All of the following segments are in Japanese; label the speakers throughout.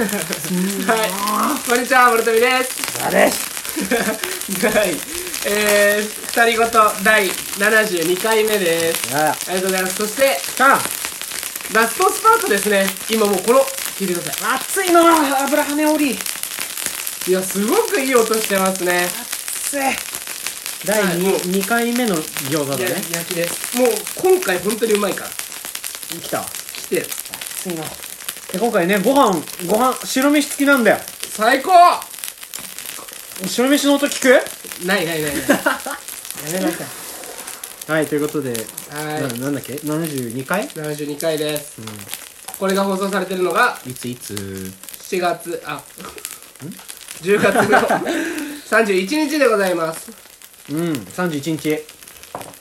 Speaker 1: はい、こんにちは、諸富です。
Speaker 2: あれです
Speaker 1: はい、えー、二人ごと第72回目です。
Speaker 2: あ
Speaker 1: ありがとうございます。そして、ラストスパートですね。今もうこの、聞いてくださ
Speaker 2: 熱いのは油跳ねおり
Speaker 1: い。いや、すごくいい音してますね。
Speaker 2: 熱い第 2,、
Speaker 1: もう
Speaker 2: 二回目の餃子
Speaker 1: や
Speaker 2: だね
Speaker 1: 焼きです。もう今回本当にうまいから。
Speaker 2: 来た
Speaker 1: 来て、
Speaker 2: 熱いなで今回ねご飯ご飯白飯付きなんだよ
Speaker 1: 最高
Speaker 2: 白飯の音聞く
Speaker 1: ないないないない。
Speaker 2: やめなさいはいということで、
Speaker 1: はい
Speaker 2: ななんだっけ72回
Speaker 1: 72回です、これが放送されてるのが
Speaker 2: いついつ
Speaker 1: 7月あ10月の31日でございます
Speaker 2: うん31日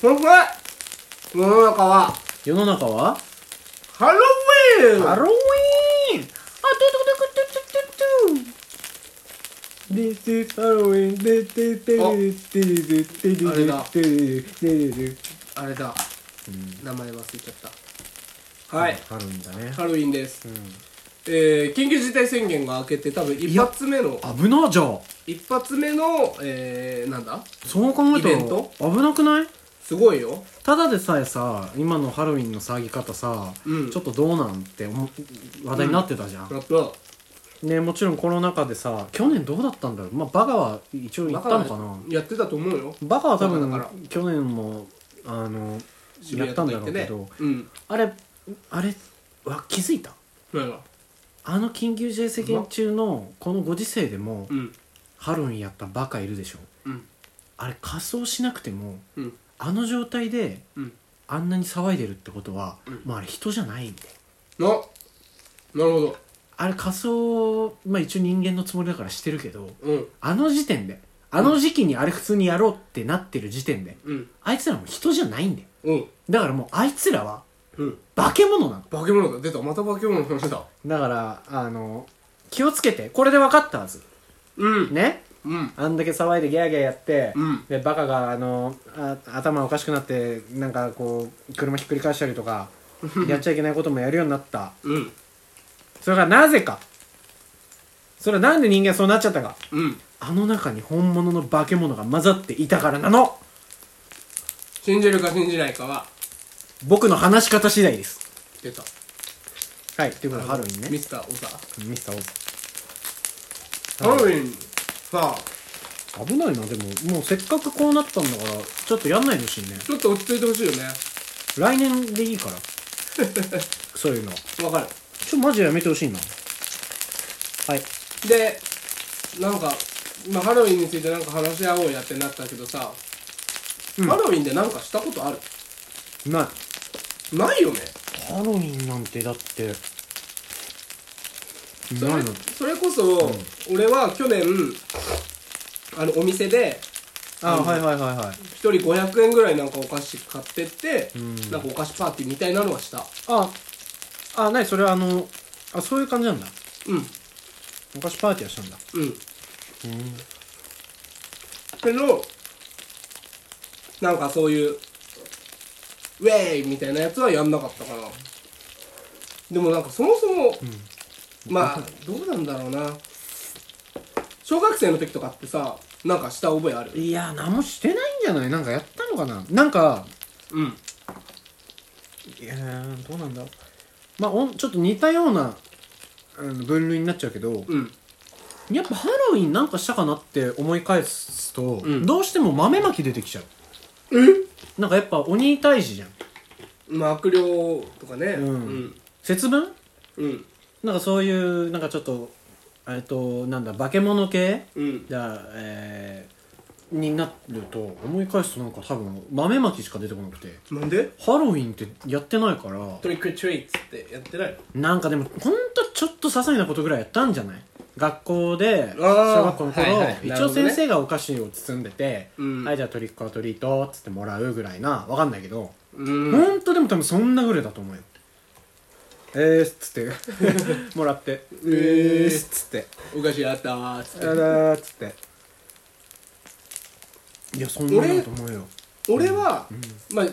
Speaker 1: ほんとだ世の中は
Speaker 2: 世の中は
Speaker 1: ハロウィーン
Speaker 2: ハロウィーンあ、トゥトゥトゥトゥトゥトゥトゥ This is Halloween. でででで
Speaker 1: あ
Speaker 2: でででで
Speaker 1: あれだ
Speaker 2: でででで
Speaker 1: あれだ、名前忘れちゃったはい、
Speaker 2: ハロウィンだね。
Speaker 1: ハロウィーンです、えー緊急事態宣言が明けて多分一発目の
Speaker 2: 危なじゃあ。
Speaker 1: 一発目のえー、なんだ
Speaker 2: そう考えた
Speaker 1: イベント
Speaker 2: ら危なくない
Speaker 1: すごいよ
Speaker 2: ただでさえさ、今のハロウィンの騒ぎ方さ、
Speaker 1: うん
Speaker 2: ちょっとどうなんって思話題になってたじゃん。
Speaker 1: やった
Speaker 2: ねもちろんコロナ禍でさ、去年どうだったんだろう。まあ、バカは一応行ったのかな。
Speaker 1: やってたと思うよ
Speaker 2: バカは多
Speaker 1: バカだか
Speaker 2: 分去年も、あの、やったんだろうけど、
Speaker 1: うん
Speaker 2: あれあれは気づいた
Speaker 1: 何が
Speaker 2: あの緊急事態宣言中のこのご時世でも
Speaker 1: うん
Speaker 2: ハロウィンやったバカいるでしょ
Speaker 1: うん
Speaker 2: あれ仮装しなくても
Speaker 1: うん
Speaker 2: あの状態で
Speaker 1: うん
Speaker 2: あんなに騒いでるってことは、
Speaker 1: ん
Speaker 2: まああれ人じゃないんで
Speaker 1: ななるほど
Speaker 2: あれ仮装まあ一応人間のつもりだからしてるけど
Speaker 1: うん
Speaker 2: あの時点であの時期にあれ普通にやろうってなってる時点で
Speaker 1: うん
Speaker 2: あいつらも人じゃないんで
Speaker 1: うん
Speaker 2: だからもうあいつらは
Speaker 1: うん
Speaker 2: 化け物なの
Speaker 1: 化け物だ出たまた化け物の話だ
Speaker 2: だからあの気をつけてこれで分かったはず
Speaker 1: うん
Speaker 2: ね
Speaker 1: うん
Speaker 2: あんだけ騒いでギャーギャーやって、
Speaker 1: うん
Speaker 2: でバカがあのあ頭おかしくなってなんかこう車ひっくり返したりとかやっちゃいけないこともやるようになった
Speaker 1: うん
Speaker 2: それがなぜかそれはなんで人間そうなっちゃったか
Speaker 1: うん
Speaker 2: あの中に本物の化け物が混ざっていたからなの
Speaker 1: 信じるか信じないかは
Speaker 2: 僕の話し方次第です
Speaker 1: 出た
Speaker 2: はいということでハロウィン
Speaker 1: ミ
Speaker 2: ね
Speaker 1: スターオサ
Speaker 2: ミスターオズ
Speaker 1: ハロウィンさあ
Speaker 2: 危ないなでももうせっかくこうなったんだからちょっとやんないでほしいね
Speaker 1: ちょっと落ち着いてほしいよね
Speaker 2: 来年でい いからそういうの
Speaker 1: わかる
Speaker 2: ちょマジやめてほしいなはい
Speaker 1: でなんか今ハロウィンについてなんか話し合おうやってなったけどさ、
Speaker 2: うん
Speaker 1: ハロウィンでなんかしたことある
Speaker 2: ない
Speaker 1: ないよね
Speaker 2: ハロウィンなんてだって
Speaker 1: それ
Speaker 2: ないの
Speaker 1: それこそ、俺は去年あのお店で
Speaker 2: あ、はいはいはいはい
Speaker 1: 一人500円ぐらいなんかお菓子買ってって、
Speaker 2: ん
Speaker 1: なんかお菓子パーティーみたいなのはした
Speaker 2: ああなにそれあのあそういう感じなんだ
Speaker 1: うん
Speaker 2: 昔パーティーはしたんだ
Speaker 1: うんけどなんかそういうウェイみたいなやつはやんなかったかなでもなんかそもそも、まあどうなんだろうな小学生の時とかってさなんかした覚えある
Speaker 2: いや何もしてないんじゃないなんかやったのかななんか
Speaker 1: うん
Speaker 2: いやーどうなんだまあおんちょっと似たようなあの分類になっちゃうけど、
Speaker 1: うん
Speaker 2: やっぱハロウィンなんかしたかなって思い返すと、
Speaker 1: ん
Speaker 2: どうしても豆まき出てきちゃうえなんかやっぱ鬼退治じゃん
Speaker 1: まあ悪霊とかね
Speaker 2: うん
Speaker 1: うん
Speaker 2: 節分
Speaker 1: うん
Speaker 2: なんかそういうなんかちょっとえっとなんだ化け物系
Speaker 1: うん
Speaker 2: だ、えーになると思い返すとなんか多分豆まきしか出てこなくて
Speaker 1: なんで
Speaker 2: ハロウィンってやってないから
Speaker 1: トリックチュイっつってやってない
Speaker 2: なんかでもほんとちょっと些細なことぐらいやったんじゃない学校で
Speaker 1: あー
Speaker 2: 小学校の頃、
Speaker 1: はいはいな
Speaker 2: 一
Speaker 1: るほ
Speaker 2: 応
Speaker 1: どね
Speaker 2: 先生がお菓子を包んでて「
Speaker 1: うん
Speaker 2: はいじゃあトリックはトリート」っつってもらうぐらいなわかんないけど、
Speaker 1: うん
Speaker 2: ほんとでも多分そんなぐらいだと思うよえーっつって もらって「えーっつって
Speaker 1: お菓子あったーっつ
Speaker 2: 「
Speaker 1: って
Speaker 2: やだ」っつっていやそんなのだと思うよ
Speaker 1: 俺は、まあ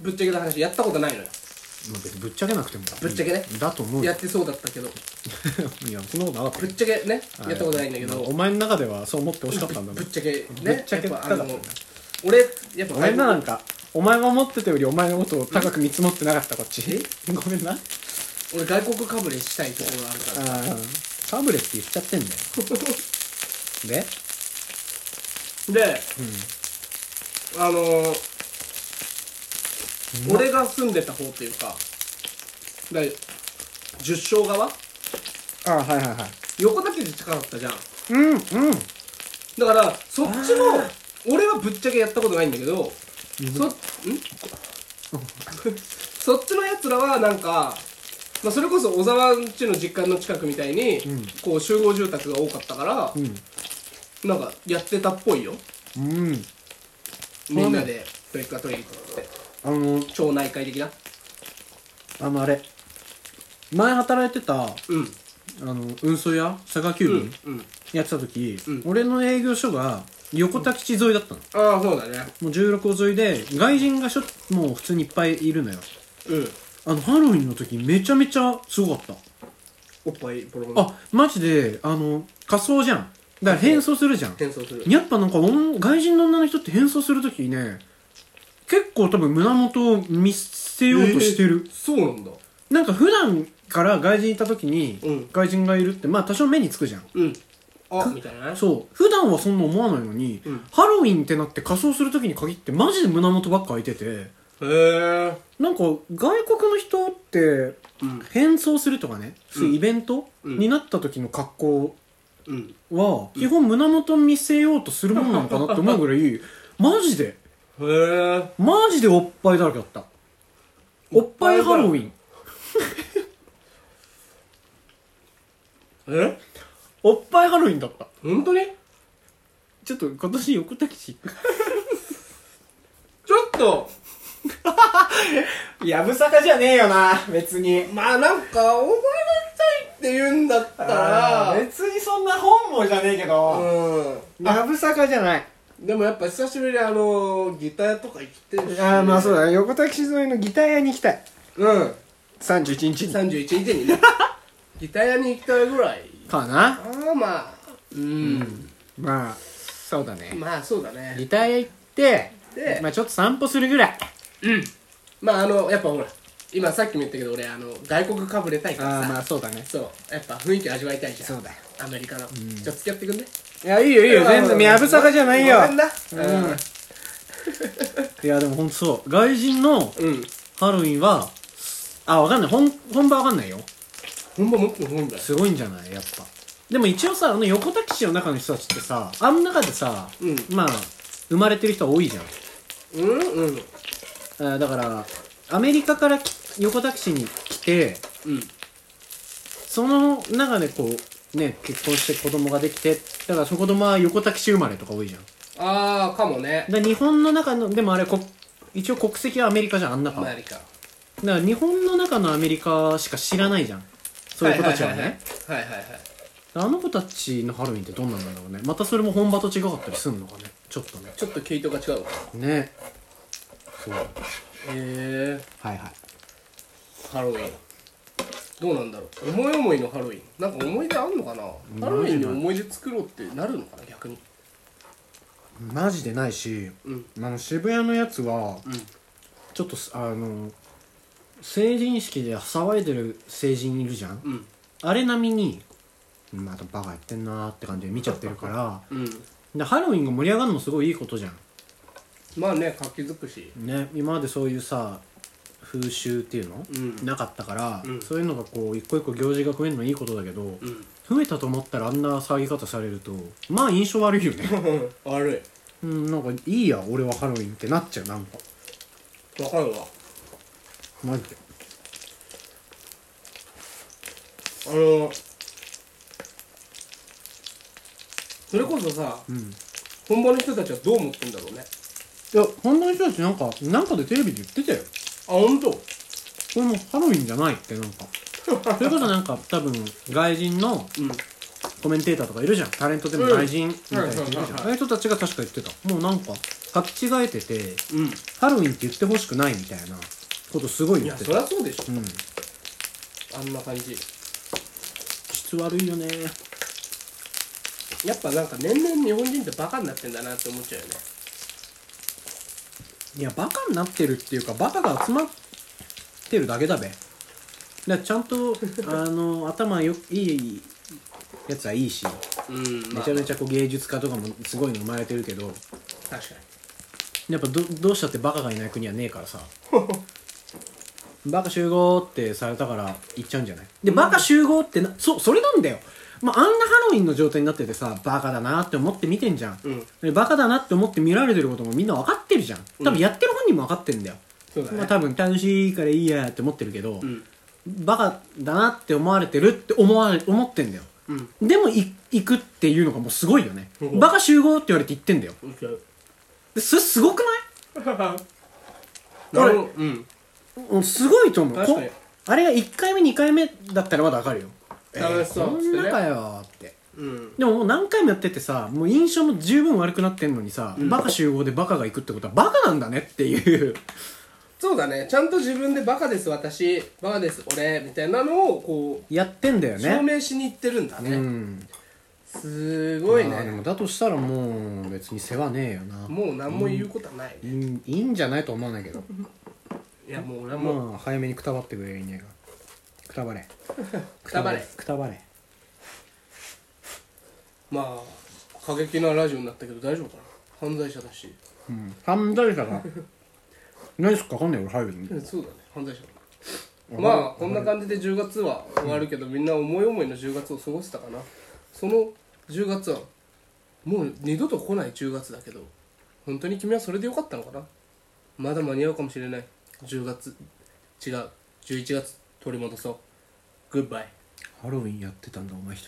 Speaker 1: ぶっちゃけた話やったことないのよ
Speaker 2: まあ別にぶっちゃけなくても
Speaker 1: ぶっちゃけね
Speaker 2: だと思うよ
Speaker 1: やってそうだったけど
Speaker 2: いやそんなことなかった
Speaker 1: ぶっ
Speaker 2: よ
Speaker 1: ちゃけね
Speaker 2: はい
Speaker 1: やったことないんだけど
Speaker 2: お前の中ではそう思ってほしかったんだも
Speaker 1: ぶっ
Speaker 2: ん
Speaker 1: ちゃけ
Speaker 2: ぶ
Speaker 1: ね
Speaker 2: っちゃけ
Speaker 1: やっぱ
Speaker 2: 高
Speaker 1: あ
Speaker 2: かった
Speaker 1: の
Speaker 2: ね
Speaker 1: 俺やっぱ
Speaker 2: ごめんななんかお前が思ってたよりお前のことを高く見積もってなかったこっちごめんなあ
Speaker 1: 俺外国かぶれしたいところがあるから
Speaker 2: ーサブレって言っちゃってんだよで
Speaker 1: で
Speaker 2: うん
Speaker 1: あのー俺が住んでた方っていうかだい十勝側
Speaker 2: あーはいはいはい
Speaker 1: 横田家で近かったじゃん
Speaker 2: うんうん
Speaker 1: だからそっちも
Speaker 2: あ
Speaker 1: 俺はぶっちゃけやったことないんだけどそんそっちのやつらはなんか、まあ、それこそ小沢んちの実家の近くみたいに、
Speaker 2: うん
Speaker 1: こう集合住宅が多かったから、
Speaker 2: う
Speaker 1: なんかやってたっぽいよ
Speaker 2: んうん
Speaker 1: みんなでトイックかトイレ行って
Speaker 2: あの
Speaker 1: 町内会的な
Speaker 2: あのあれ前働いてたあ
Speaker 1: うん
Speaker 2: の運送屋佐川急
Speaker 1: う
Speaker 2: 便
Speaker 1: んうん
Speaker 2: やってた時、
Speaker 1: うん
Speaker 2: 俺の営業所が横田基地沿いだったの
Speaker 1: ああそうだね
Speaker 2: もう16号沿いで外人がしょもう普通にいっぱいいるのよ
Speaker 1: うん
Speaker 2: あのハロウィンの時めちゃめちゃすごかった
Speaker 1: おっぱいボロボロ
Speaker 2: あマジであの仮装じゃんだから変装するじゃん
Speaker 1: 転送する
Speaker 2: やっぱなんかおん外人の女の人って変装する時にね結構多分胸元を見せようとしてる、
Speaker 1: えーそうなんだ
Speaker 2: なんか普段から外人いた時に
Speaker 1: うん
Speaker 2: 外人がいるってまあ多少目につくじゃん
Speaker 1: うんあみたいなね
Speaker 2: そう普段はそんな思わないのに、
Speaker 1: うん
Speaker 2: ハロウィンってなって仮装する時に限ってマジで胸元ばっか開いてて
Speaker 1: へえ
Speaker 2: なんか外国の人って
Speaker 1: うん
Speaker 2: 変装するとかね、そういうイベント、
Speaker 1: うん
Speaker 2: になった時の格好
Speaker 1: うん
Speaker 2: は基本胸元見せようとするもんなのかなって思うぐら いマジで
Speaker 1: へえ
Speaker 2: マジでおっぱいだらけだったおっぱいハロウィン
Speaker 1: え
Speaker 2: おっぱいハロウィンだった
Speaker 1: 本当に
Speaker 2: ちょっと今年横田基地
Speaker 1: ちょっと
Speaker 2: やぶさかじゃねえよな別に
Speaker 1: まあなんかお前が行きたいって言うんだったらう
Speaker 2: 別にそんな本望じゃねえけど、
Speaker 1: ん
Speaker 2: やぶさかじゃない
Speaker 1: でもやっぱ久しぶりにあのギターとか行ってるし
Speaker 2: ああまあそうだね横田基地沿いのギター屋に行きたい
Speaker 1: うん
Speaker 2: 31日に
Speaker 1: 31日にね ギター屋に行きたいぐらい
Speaker 2: かな
Speaker 1: ああまあうん、
Speaker 2: まあそうだね
Speaker 1: まあそうだね
Speaker 2: ギター屋行って
Speaker 1: で
Speaker 2: まあちょっと散歩するぐらい
Speaker 1: まああのやっぱほら今さっきも言ったけど俺あの外国かぶれたい
Speaker 2: あ
Speaker 1: か
Speaker 2: あ
Speaker 1: らさ、
Speaker 2: まあそうだね
Speaker 1: そうやっぱ雰囲気味わいたいじゃん
Speaker 2: そうだよ
Speaker 1: アメリカの、じゃあ付き合ってくんね
Speaker 2: いやいいよいいよ全然やぶさかじゃないよ
Speaker 1: ごめんな
Speaker 2: うんいやでもほんとそう外人の
Speaker 1: うん、うん、
Speaker 2: ハロウィンはあわかんない本本場わかんないよ
Speaker 1: 本場もっと本だよ
Speaker 2: すごいんじゃないやっぱでも一応さあの横田基地の中の人たちってさあん中でさ、
Speaker 1: うん
Speaker 2: まあ生まれてる人は多いじゃん
Speaker 1: うんうん
Speaker 2: あーだからアメリカからき横田基地に来て
Speaker 1: うん
Speaker 2: その中でこうね結婚して子供ができてだからその子供は横田基地生まれとか多いじゃん
Speaker 1: ああかもね
Speaker 2: だから日本の中のでもあれこ一応国籍はアメリカじゃんあん中
Speaker 1: ア
Speaker 2: は
Speaker 1: メリカ
Speaker 2: だから日本の中のアメリカしか知らないじゃんそういう子たちはね、
Speaker 1: はいはいはいはい
Speaker 2: あの子たちのハロウィンってどんなんだろうねまたそれも本場と違かったりすんのかねちょっとね
Speaker 1: ちょっと毛糸が違うわ
Speaker 2: ねそうはい
Speaker 1: へえ
Speaker 2: はい
Speaker 1: ハロウィンどうなんだろう思い思いのハロウィンなんか思い出あんのかなハロウィンで思い出作ろうってなるのかな逆に
Speaker 2: マジでないし
Speaker 1: うん
Speaker 2: あの渋谷のやつは
Speaker 1: う
Speaker 2: ちょっとすあの成人式で騒いでる成人いるじゃん
Speaker 1: んうん
Speaker 2: あれ並みにまたバカやってんなーって感じで見ちゃってるから
Speaker 1: うん
Speaker 2: でハロウィンが盛り上がるのすごいいいことじゃん
Speaker 1: まあね活気づくし
Speaker 2: ね今までそういうさ風習っていうの、
Speaker 1: うん
Speaker 2: なかったから、
Speaker 1: うん
Speaker 2: そういうのがこう一個一個行事が増えるのはいいことだけど、
Speaker 1: うん
Speaker 2: 増えたと思ったらあんな騒ぎ方されるとまあ印象悪いよ ね
Speaker 1: 悪
Speaker 2: うんなんかいいや俺はハロウィンってなっちゃうなんか
Speaker 1: いわかるわ
Speaker 2: マジで
Speaker 1: あのそれこそさ
Speaker 2: うんい
Speaker 1: 本場の人たちはどう思ってんだろうね
Speaker 2: や本当の人たちなんかなんかでテレビで言ってたよ
Speaker 1: あ本当
Speaker 2: これもうハロウィンじゃないってなんか それこそなんか多分外人の
Speaker 1: うん
Speaker 2: コメンテーターとかいるじゃんタレントでも外人みたいな人いるじゃん、
Speaker 1: はいはいはいはい
Speaker 2: ああいう人たちが確か言ってたもうなんか書き違えてて
Speaker 1: うん
Speaker 2: ハロウィンって言ってほしくないみたいなこことすごい
Speaker 1: い
Speaker 2: 言
Speaker 1: や
Speaker 2: って
Speaker 1: そ
Speaker 2: た
Speaker 1: りゃそうでしょ
Speaker 2: うん
Speaker 1: あんな感じ
Speaker 2: 質悪いよね
Speaker 1: やっぱなんか年々日本人ってバカになってんだなって思っちゃうよね
Speaker 2: いやバカになってるっていうかバカが集まってるだけだべだからちゃん とあの頭よいいやつはいいし
Speaker 1: うん
Speaker 2: め
Speaker 1: まあ
Speaker 2: ちゃめちゃこう芸術家とかもすごいの生まれてるけど
Speaker 1: 確かに
Speaker 2: やっぱどどうしたってバカがいない国はねえか らさバカ集合ってされたから行っちゃうんじゃないでバカ集合ってなそうそれなんだよ、まあ、あんなハロウィンの状態になっててさバカだなって思って見てんじゃん、
Speaker 1: うん
Speaker 2: でバカだなって思って見られてることもみんな分かってるじゃん多分やってる本人も分かってるんだよ、
Speaker 1: そうだね
Speaker 2: まあ、多分楽しいからいいやって思ってるけど、
Speaker 1: うん
Speaker 2: バカだなって思われてるって思われ思ってんだよ
Speaker 1: うん
Speaker 2: でもい行くっていうのがもうすごいよね
Speaker 1: うん
Speaker 2: バカ集合って言われて行ってんだよ
Speaker 1: いける
Speaker 2: でそれすごくない
Speaker 1: なるほどうん
Speaker 2: うんすごいと思う
Speaker 1: 確かに
Speaker 2: こあれが1回目2回目だったらまだわかるよ
Speaker 1: 楽しそう
Speaker 2: えーこんなかよって
Speaker 1: うん
Speaker 2: でももう何回もやっててさもう印象も十分悪くなってんのにさ、
Speaker 1: うん
Speaker 2: バカ集合でバカが行くってことはバカなんだねっていう
Speaker 1: そうだねちゃんと自分でバカです私バカです俺みたいなのをこう
Speaker 2: やってんだよ
Speaker 1: 証
Speaker 2: ね
Speaker 1: 明しに行ってるんだ
Speaker 2: う
Speaker 1: ね
Speaker 2: ん
Speaker 1: すごい
Speaker 2: まあでも
Speaker 1: ね
Speaker 2: だとしたらもう別に世話ねえよな
Speaker 1: もう何も言うことはない
Speaker 2: いいいいんじゃないと思うんだけど
Speaker 1: いやもう俺はもう
Speaker 2: まあ早めにくたばってくれりゃいいんやがくたばれ
Speaker 1: くたばれ
Speaker 2: くたばれ
Speaker 1: まあ過激なラジオになったけど大丈夫かな犯罪者だし
Speaker 2: うん犯罪 者が何すっか分かんないよ俺入るに
Speaker 1: うんそうだね犯罪者まあこんな感じで10月は終わるけど、みんな思い思いの10月を過ごしたかなその10月はもう二度と来ない10月だけど本当に君はそれでよかったのかなまだ間に合うかもしれない10月違う11月取り戻そうグッバイ
Speaker 2: ハロウィンやってたんだお前一